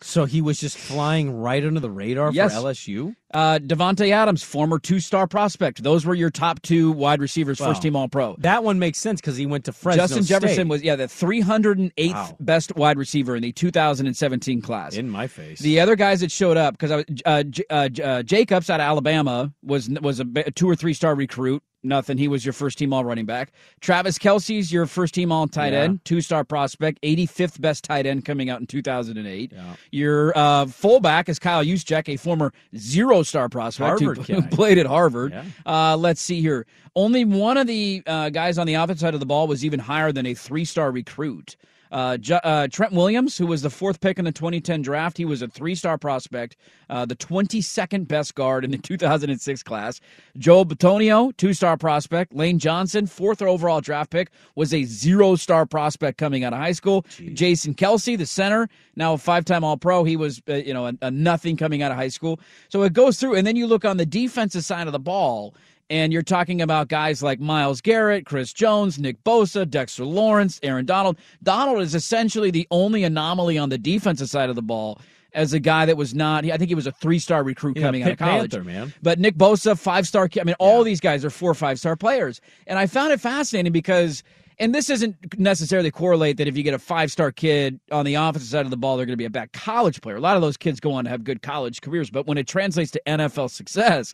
S5: So he was just flying right under the radar
S4: Yes.
S5: for LSU.
S4: Uh, Devonte Adams, former two-star prospect. Those were your top two wide receivers,
S5: Wow.
S4: first-team All-Pro.
S5: That one makes sense because he went to Fresno.
S4: Justin Jefferson was yeah the 308th
S5: Wow.
S4: best wide receiver in the 2017 class.
S5: in my face.
S4: The other guys that showed up because I was uh, J- uh, J- uh, Jacobs out of Alabama was was a ba- a two or three star recruit. Nothing. He was your first team all running back. Travis Kelsey's your first team all tight
S5: Yeah.
S4: end, two star prospect, 85th best tight end coming out in 2008. Your uh, fullback is Kyle Juszczyk, a former zero star prospect who,
S5: Harvard
S4: who
S5: guy.
S4: *laughs* played at Harvard.
S5: Yeah.
S4: Uh, let's see here. Only one of the uh, guys on the offensive side of the ball was even higher than a three star recruit. Uh, Ju- uh, Trent Williams, who was the fourth pick in the 2010 draft, he was a three star prospect, uh, the 22nd best guard in the *laughs* 2006 class. Joe Batonio, two star prospect. Lane Johnson, fourth overall draft pick, was a zero star prospect coming out of high school. Jason Kelsey, the center, now a five time All Pro, he was uh, you know a, a nothing coming out of high school. So it goes through, and then you look on the defensive side of the ball. And you're talking about guys like Miles Garrett, Chris Jones, Nick Bosa, Dexter Lawrence, Aaron Donald. Donald is essentially the only anomaly on the defensive side of the ball as a guy that was not, I think he was a three star recruit
S5: Yeah,
S4: coming out of
S5: Pitt
S4: college.
S5: Panther, man.
S4: But Nick Bosa, five star. I mean, all these guys are four or five star players. And I found it fascinating because, and this isn't necessarily correlate that if you get a five star kid on the offensive side of the ball, they're going to be a bad college player. A lot of those kids go on to have good college careers. But when it translates to NFL success,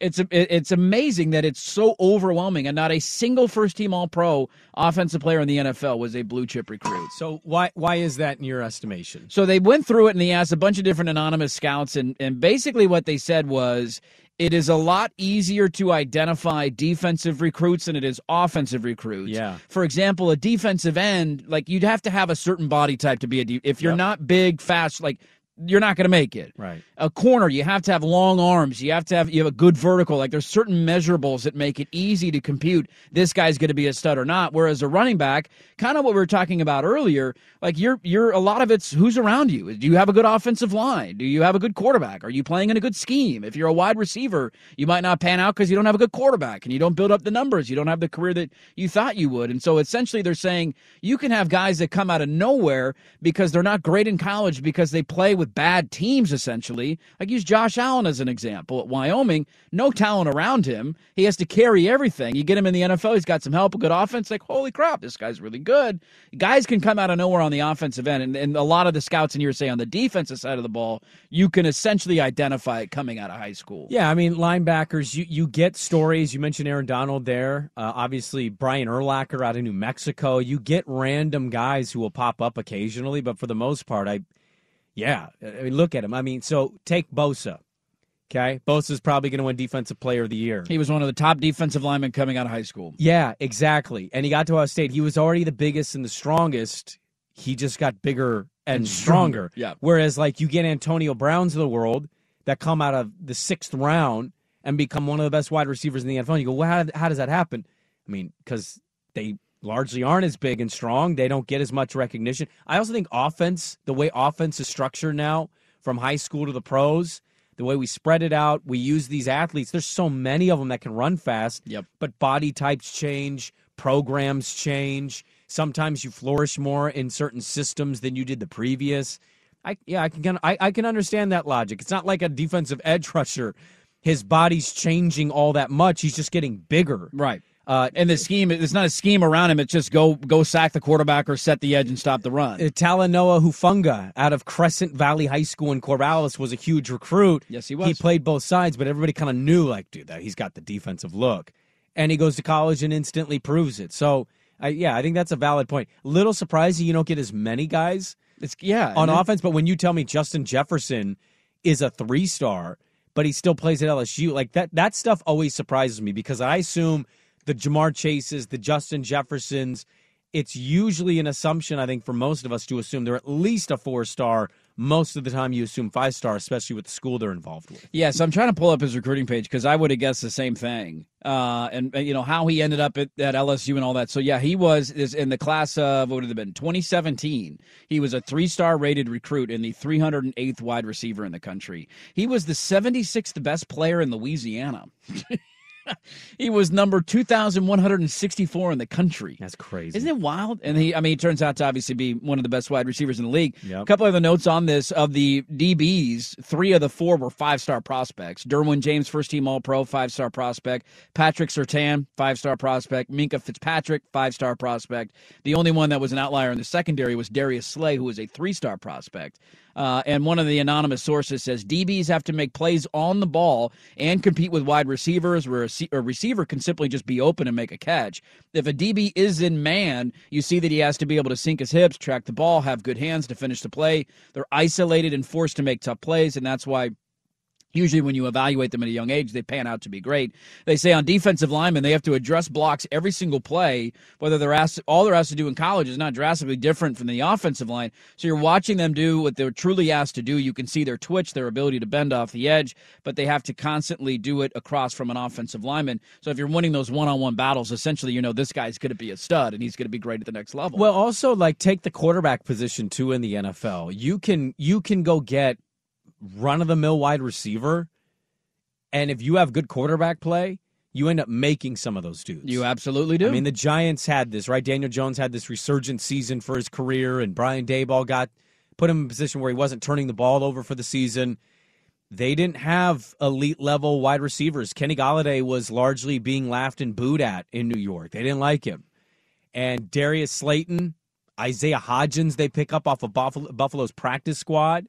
S4: it's it- it's amazing that it's so overwhelming, and not a single first team All Pro offensive player in the NFL was a blue chip recruit.
S5: So why why is that in your estimation?
S4: So they went through it and they asked a bunch of different anonymous scouts, and, and basically what they said was it is a lot easier to identify defensive recruits than it is offensive recruits.
S5: Yeah.
S4: For example, a defensive end, like you'd have to have a certain body type to be a de- if you're not big, fast, like you're not going to make it
S5: Right.
S4: a corner you have to have long arms you have to have you have a good vertical like there's certain measurables that make it easy to compute this guy's going to be a stud or not whereas a running back kind of what we were talking about earlier like you're you're a lot of it's who's around you do you have a good offensive line do you have a good quarterback are you playing in a good scheme if you're a wide receiver you might not pan out because you don't have a good quarterback and you don't build up the numbers you don't have the career that you thought you would and so essentially they're saying you can have guys that come out of nowhere because they're not great in college because they play with bad teams essentially. Like use Josh Allen as an example at Wyoming. No talent around him. He has to carry everything. You get him in the NFL, he's got some help, a good offense. Like, holy crap, this guy's really good. Guys can come out of nowhere on the offensive end. And, and a lot of the scouts in here say on the defensive side of the ball, you can essentially identify it coming out of high school.
S5: Yeah, I mean linebackers. You you get stories. You mentioned Aaron Donald there. Uh, obviously, Brian Urlacher out of New Mexico. You get random guys who will pop up occasionally, but for the most part, I, yeah, I mean look at him. I mean, so take Bosa. Okay, Bosa's probably going to win Defensive Player of the Year.
S4: He was one of the top defensive linemen coming out of high school.
S5: Yeah, exactly. And he got to Ohio State. He was already the biggest and the strongest. He just got bigger and,
S4: And
S5: stronger.
S4: stronger, yeah.
S5: Whereas, like, you get Antonio Browns of the world that come out of the sixth round and become one of the best wide receivers in the NFL. And you go, well, how, how does that happen? I mean, because they largely aren't as big and strong. They don't get as much recognition. I also think offense, the way offense is structured now, from high school to the pros, the way we spread it out, we use these athletes. There's so many of them that can run fast.
S4: Yep.
S5: But body types change, programs change. Sometimes you flourish more in certain systems than you did the previous. I yeah, I can I, I can understand that logic. It's not like a defensive edge rusher. His body's changing all that much. He's just getting bigger.
S4: Right.
S5: Uh,
S4: And the scheme, it's not a scheme around him. It's just go go sack the quarterback or set the edge and stop the run.
S5: Uh, Talanoa Hufunga out of Crescent Valley High School in Corvallis was a huge recruit.
S4: Yes, he was.
S5: He played both sides, but everybody kind of knew, like, dude, that he's got the defensive look. And he goes to college and instantly proves it. So, I, yeah, I think that's a valid point. Little surprising you don't get as many guys
S4: It's yeah
S5: on
S4: and then-
S5: offense, but when you tell me Justin Jefferson is a three star, but he still plays at LSU, like that that stuff always surprises me because I assume the Jamar Chases, the Justin Jeffersons, it's usually an assumption, I think, for most of us to assume they're at least a four star. Most of the time you assume five star, especially with the school they're involved with.
S4: Yeah, so I'm trying to pull up his recruiting page because I would have guessed the same thing. Uh, and uh, you know how he ended up at, at LSU and all that. So yeah, he was is in the class of what would it have been 2017. He was a three star rated recruit and the 308th wide receiver in the country. He was the 76th best player in Louisiana. *laughs* he was number 2,164 in the country.
S5: That's crazy.
S4: Isn't it wild? And he, I mean, he turns out to obviously be one of the best wide receivers in the league.
S5: Yep.
S4: A couple other notes on this of the DBs, three of the four were five star prospects. Derwin James, first team All Pro, five star prospect. Patrick Sertan, five star prospect. Minka Fitzpatrick, five star prospect. The only one that was an outlier in the secondary was Darius Slay, who was a three star prospect. Uh, and one of the anonymous sources says DBs have to make plays on the ball and compete with wide receivers, where a, se- a receiver can simply just be open and make a catch. If a DB is in man, you see that he has to be able to sink his hips, track the ball, have good hands to finish the play. They're isolated and forced to make tough plays, and that's why Usually, when you evaluate them at a young age, they pan out to be great. They say on defensive linemen, they have to address blocks every single play. Whether they're asked, all they're asked to do in college is not drastically different from the offensive line. So you're watching them do what they're truly asked to do. You can see their twitch, their ability to bend off the edge, but they have to constantly do it across from an offensive lineman. So if you're winning those one-on-one battles, essentially, you know this guy's going to be a stud and he's going to be great at the next level.
S5: Well, also like take the quarterback position too in the NFL. You can you can go get run of the mill wide receiver, and if you have good quarterback play, you end up making some of those dudes.
S4: You absolutely do.
S5: I mean, the Giants had this right. Daniel Jones had this resurgent season for his career, and Brian Dayball got put him in a position where he wasn't turning the ball over for the season. They didn't have elite level wide receivers. Kenny Galladay was largely being laughed and booed at in New York. They didn't like him and Darius Slayton, Isaiah Hodgins, they pick up off of Buffalo, Buffalo's practice squad.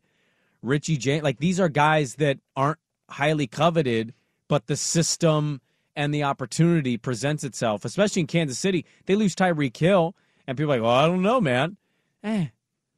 S5: Richie James, like these are guys that aren't highly coveted, but the system and the opportunity presents itself, especially in Kansas City. They lose Tyreek Hill, and people are like, well, I don't know, man. Eh.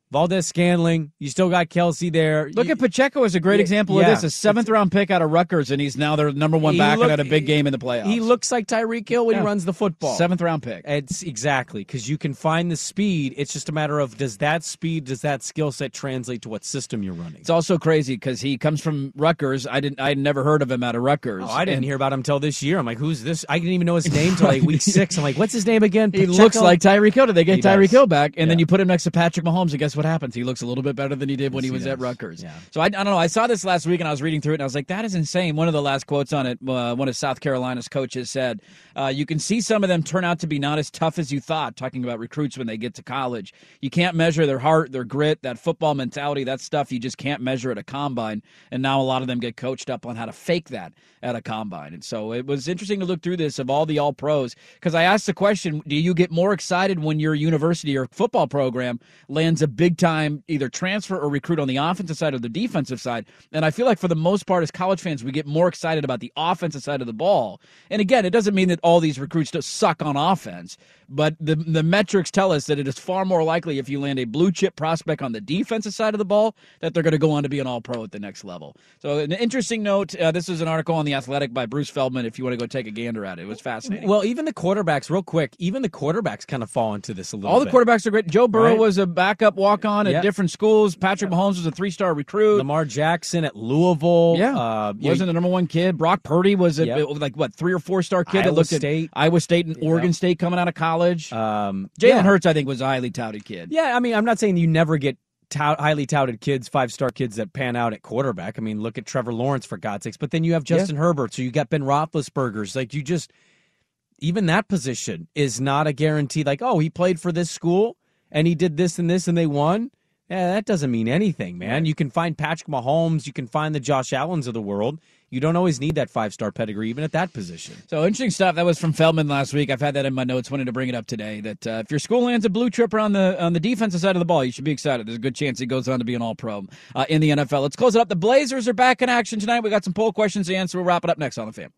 S5: Valdez Scanling, you still got Kelsey there.
S4: Look
S5: You-
S4: at Pacheco as a great
S5: Yeah,
S4: example
S5: yeah.
S4: of this. A seventh round pick out of Rutgers, and he's now their number one
S5: He
S4: back and
S5: look-
S4: had a big game in the playoffs.
S5: He looks like Tyreek Hill when
S4: Yeah.
S5: he runs the football.
S4: Seventh round pick.
S5: It's exactly because you can find the speed. It's just a matter of does that speed, does that skill set translate to what system you're running?
S4: It's also crazy because he comes from Rutgers. I didn't. I had never heard of him out of Rutgers.
S5: Oh, I didn't
S4: And
S5: hear about him till this year. I'm like, who's this? I didn't even know his name till like
S4: *laughs*
S5: week six. I'm like, what's his name again?
S4: He
S5: Pacheco?
S4: looks like Tyreek Hill. Did they get
S5: He
S4: Tyreek
S5: does.
S4: Hill back? And then you put him next to Patrick Mahomes, and guess what happens? He looks a little bit better than he did when he
S5: Yes, he
S4: was at
S5: does.
S4: Rutgers.
S5: Yeah.
S4: So I, I don't know. I saw this last week, and I was reading through it, and I was like, that is insane. One of the last quotes on it, uh, one of South Carolina's coaches said, uh, You can see some of them turn out to be not as tough as you thought, talking about recruits when they get to college. You can't measure their heart, their grit, that football mentality, that stuff you just can't measure at a combine. And now a lot of them get coached up on how to fake that at a combine. And so it was interesting to look through this of all the all pros, because I asked the question do you get more excited when your university or football program lands a big time either transfer or recruit on the offensive side or the defensive side. And I feel like for the most part, as college fans, we get more excited about the offensive side of the ball. And again, it doesn't mean that all these recruits just suck on offense, but the the metrics tell us that it is far more likely if you land a blue chip prospect on the defensive side of the ball that they're going to go on to be an all pro at the next level. So an interesting note. Uh, this is an article on the Athletic by Bruce Feldman. If you want to go take a gander at it, it was fascinating.
S5: Well, even the quarterbacks, real quick, even the quarterbacks kind of fall into this a little
S4: All the
S5: bit.
S4: quarterbacks are great. Joe Burrow
S5: Right.
S4: was a backup walk on at
S5: Yep.
S4: different schools. Patrick Mahomes was a three star recruit.
S5: Lamar Jackson at Louisville.
S4: yeah,
S5: Uh, you know,
S4: wasn't the number one kid. Brock Purdy was a
S5: Yep.
S4: like what three or four star kid that
S5: Iowa
S4: looked at
S5: State. Uh,
S4: Iowa State and Oregon State coming out of college. Um, Jalen
S5: yeah.
S4: Hurts, I think, was a highly touted kid.
S5: Yeah, I mean, I'm not saying you never get tout, highly touted kids, five star kids that pan out at quarterback. I mean, look at Trevor Lawrence for God's sakes. But then you have Justin Herbert, so you got Ben Roethlisberger's. Like you just, even that position is not a guarantee. Like, oh, he played for this school and he did this and this and they won. Yeah, that doesn't mean anything, man. You can find Patrick Mahomes, you can find the Josh Allens of the world. You don't always need that five star pedigree, even at that position.
S4: So interesting stuff. That was from Feldman last week. I've had that in my notes. Wanted to bring it up today. That uh, if your school lands a blue tripper on the on the defensive side of the ball, you should be excited. There's a good chance he goes on to be an All Pro uh, in the NFL. Let's close it up. The Blazers are back in action tonight. We got some poll questions to answer. We'll wrap it up next on the Fan.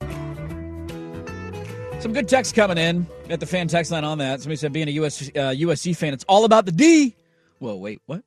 S4: Some good text coming in at the fan text line on that. Somebody said being a US, uh, USC fan, it's all about the D. Whoa, wait, what?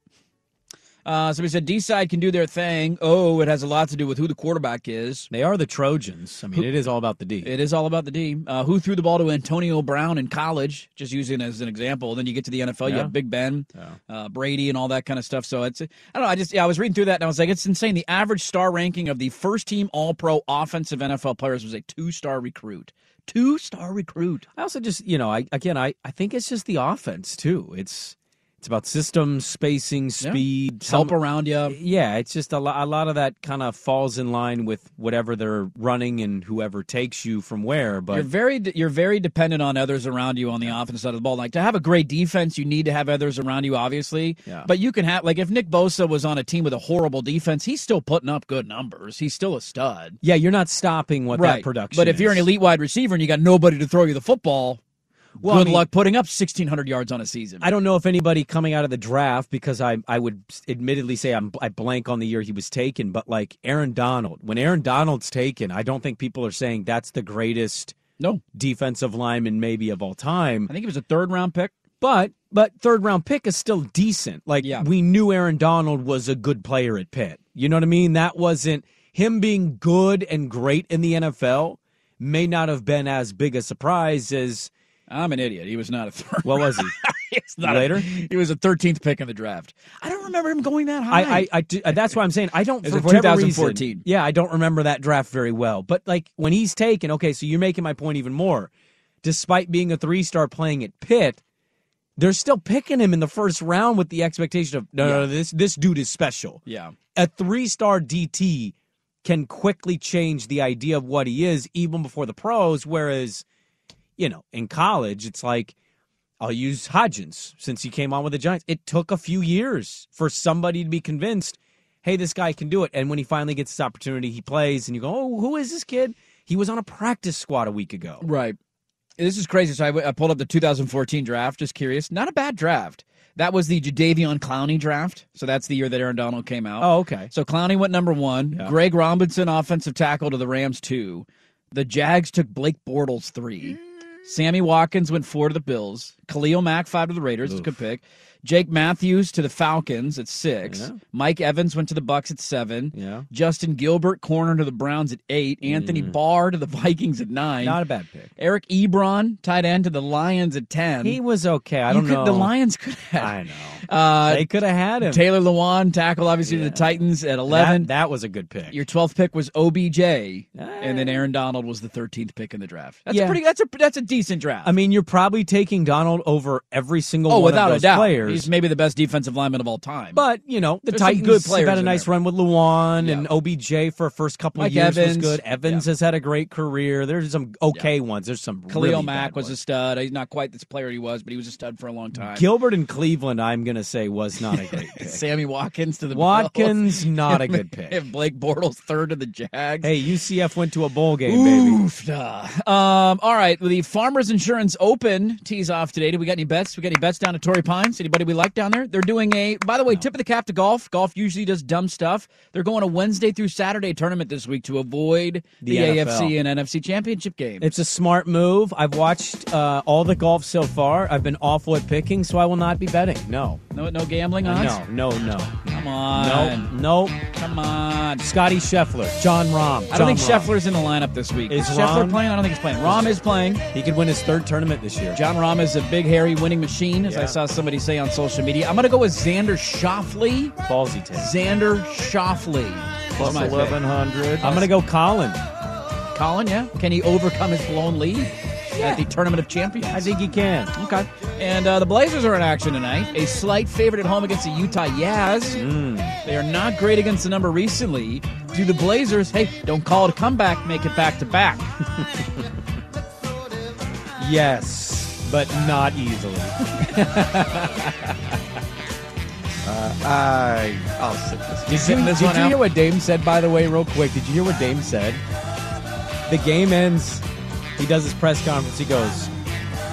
S4: Uh, somebody said D side can do their thing. Oh, it has a lot to do with who the quarterback is.
S5: They are the Trojans. I mean, it is all about the D.
S4: It is all about the D. Uh, who threw the ball to Antonio Brown in college? Just using it as an example. Then you get to the NFL, you
S5: Yeah.
S4: have Big Ben, uh, Brady, and all that kind of stuff. So it's I don't know. I just yeah, I was reading through that and I was like, it's insane. The average star ranking of the first team All Pro offensive NFL players was a two star recruit. Two star recruit.
S5: I also just, you know, I again, I, I think it's just the offense too. It's It's about systems, spacing, speed,
S4: Help
S5: some-
S4: around you.
S5: Yeah, it's just a, lo- a lot of that kind of falls in line with whatever they're running and whoever takes you from where. But
S4: you're very you're very dependent on others around you on the offense side of the ball. Like to have a great defense, you need to have others around you, obviously.
S5: Yeah.
S4: But you can have like if Nick Bosa was on a team with a horrible defense, he's still putting up good numbers. He's still a stud.
S5: yeah, you're not stopping what
S4: right.
S5: that production.
S4: But if you're an
S5: is.
S4: elite wide receiver and you got nobody to throw you the football,
S5: Well, I
S4: good
S5: mean-
S4: luck putting up 1600 yards on a season.
S5: I don't know if anybody coming out of the draft, because I, I would admittedly say I'm I blank on the year he was taken, but like Aaron Donald, when Aaron Donald's taken, I don't think people are saying that's the greatest
S4: no
S5: defensive lineman maybe of all time.
S4: I think it was a third round pick.
S5: But but third round pick is still decent. Like we knew Aaron Donald was a good player at Pitt. You know what I mean? That wasn't him being good and great in the NFL may not have been as big a surprise as
S4: I'm an idiot. He was not a third.
S5: What
S4: *laughs*
S5: was he?
S4: It's not a-
S5: Later?
S4: he was a 13th pick in the draft. I don't remember him going that high.
S5: I, I, I do- uh, that's why I'm saying I don't
S4: It's
S5: for
S4: a
S5: whatever
S4: 2014.
S5: reason- yeah, I don't remember that draft very well. But like when he's taken, okay, so you're making my point even more. Despite being a three star playing at Pitt, they're still picking him in the first round with the expectation of no, no, no, this this dude is special.
S4: Yeah.
S5: A three star DT can quickly change the idea of what he is even before the pros. Whereas, you know, in college, it's like I'll use Hodgins since he came on with the Giants. It took a few years for somebody to be convinced, hey, this guy can do it. And when he finally gets this opportunity, he plays, and you go, oh, who is this kid? He was on a practice squad a week ago.
S4: Right. This is crazy. So I, w- I pulled up the 2014 draft, just curious. Not a bad draft. That was the Jadavion Clowney draft. So that's the year that Aaron Donald came out.
S5: Oh, okay.
S4: So Clowney went number one.
S5: Yeah.
S4: Greg Robinson, offensive tackle to the Rams, two. The Jags took Blake Bortles, three. Sammy Watkins went four to the Bills. Khalil Mack, five to the Raiders. It's a good pick. Jake Matthews to the Falcons at six.
S5: Yeah.
S4: Mike Evans went to the Bucks at seven.
S5: Yeah.
S4: Justin Gilbert, corner to the Browns at eight. Anthony
S5: Mm.
S4: Barr to the Vikings at nine.
S5: Not a bad pick.
S4: Eric Ebron, tight end to the Lions at ten.
S5: He was okay. I
S4: You
S5: don't
S4: could-
S5: know.
S4: The Lions could have.
S5: *laughs* I know.
S4: Uh,
S5: They could have had him.
S4: Taylor Lewan, tackle obviously to the Titans at eleven.
S5: That, that was a good pick.
S4: Your twelfth pick was OBJ, and then Aaron Donald was the thirteenth pick in the draft. That's a
S5: Ah. Yeah.
S4: pretty. That's a that's a decent draft.
S5: I mean, you're probably taking Donald over every single
S4: oh,
S5: one
S4: without
S5: of
S4: a
S5: those
S4: doubt,
S5: players.
S4: he's maybe the best defensive lineman of all time.
S5: But you know, the
S4: There's some
S5: Titans
S4: good players
S5: have had a
S4: in
S5: nice
S4: there.
S5: run with Luan and OBJ for a first couple
S4: Mike
S5: of years
S4: Evans.
S5: was good. Evans has had a great career. There's some okay ones. There's some
S4: Khalil
S5: really
S4: Mack
S5: bad
S4: was
S5: ones.
S4: a stud. He's not quite this player he was, but he was a stud for a long time.
S5: Gilbert in Cleveland. I'm gonna say was not
S4: *laughs*
S5: a great pick.
S4: Sammy Watkins to the
S5: Watkins,
S4: Bills. *laughs*
S5: not a good pick.
S4: And Blake Bortles third to the Jags.
S5: hey, UCF went to a bowl game, baby.
S4: Oofda. Um, all right, well, the Farmers Insurance Open tees off today. Do we got any bets? We got any bets down at Torrey Pines? Anybody we like down there? They're doing a. By the way, tip of the cap to golf. Golf usually does dumb stuff. They're going a Wednesday through Saturday tournament this week to avoid the,
S5: The NFL.
S4: AFC and NFC championship game.
S5: It's a smart move. I've watched uh, all the golf so far. I've been awful at picking, so I will not be betting. No,
S4: No, no gambling odds.
S5: no, no, no,
S4: Come
S5: no,
S4: on.
S5: no.
S4: Come on.
S5: Scotty Scheffler, John Rahm.
S4: I don't think
S5: John Rahm.
S4: Scheffler's in the lineup this week.
S5: Is
S4: Scheffler
S5: Rahm-
S4: playing? I don't think he's playing. Rahm is playing.
S5: He could win his third tournament this year.
S4: John Rahm is a big, hairy winning machine, as I
S5: Yeah.
S4: saw somebody say on social media. I'm going to go with Xander Shoffley.
S5: Ballsy take.
S4: Xander Shoffley. is
S6: Plus
S4: my pick.
S6: 1,100.
S5: I'm gonna go Colin.
S4: Colin, yeah? Can he overcome his blown lead at the Tournament of Champions?
S5: I think he can.
S4: Okay. And uh, the Blazers are in action tonight. A slight favorite at home against the Utah Jazz.
S6: Mm.
S4: They are not great against the number recently. Do the Blazers, hey, don't call it a comeback, make it back to
S6: *laughs*
S4: back.
S5: Yes, but not easily.
S6: I, I'll sit this.
S4: Did you,
S5: did you hear what Dame said, by the way, real quick? Did you hear what Dame said? The game ends. He does his press conference. He goes,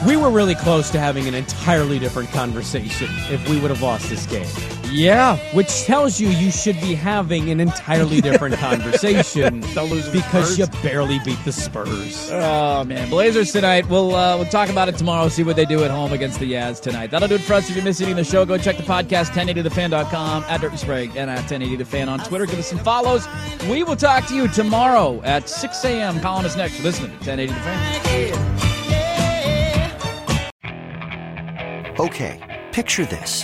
S5: We were really close to having an entirely different conversation if we would have lost this game.
S4: Yeah.
S5: Which tells you you should be having an entirely *laughs* different conversation because you barely beat the Spurs.
S4: Oh man, Blazers tonight. We'll uh, we'll talk about it tomorrow. See what they do at home against the Jazz tonight. That'll do it for us. If you miss any of the show, go check the podcast 1080thefan.com at Dirt and Sprague and at 1080thefan on Twitter. Give us some follows. We will talk to you tomorrow at 6 a.m. Colin is next. Listen to 1080 the Fan.
S13: Okay, picture this.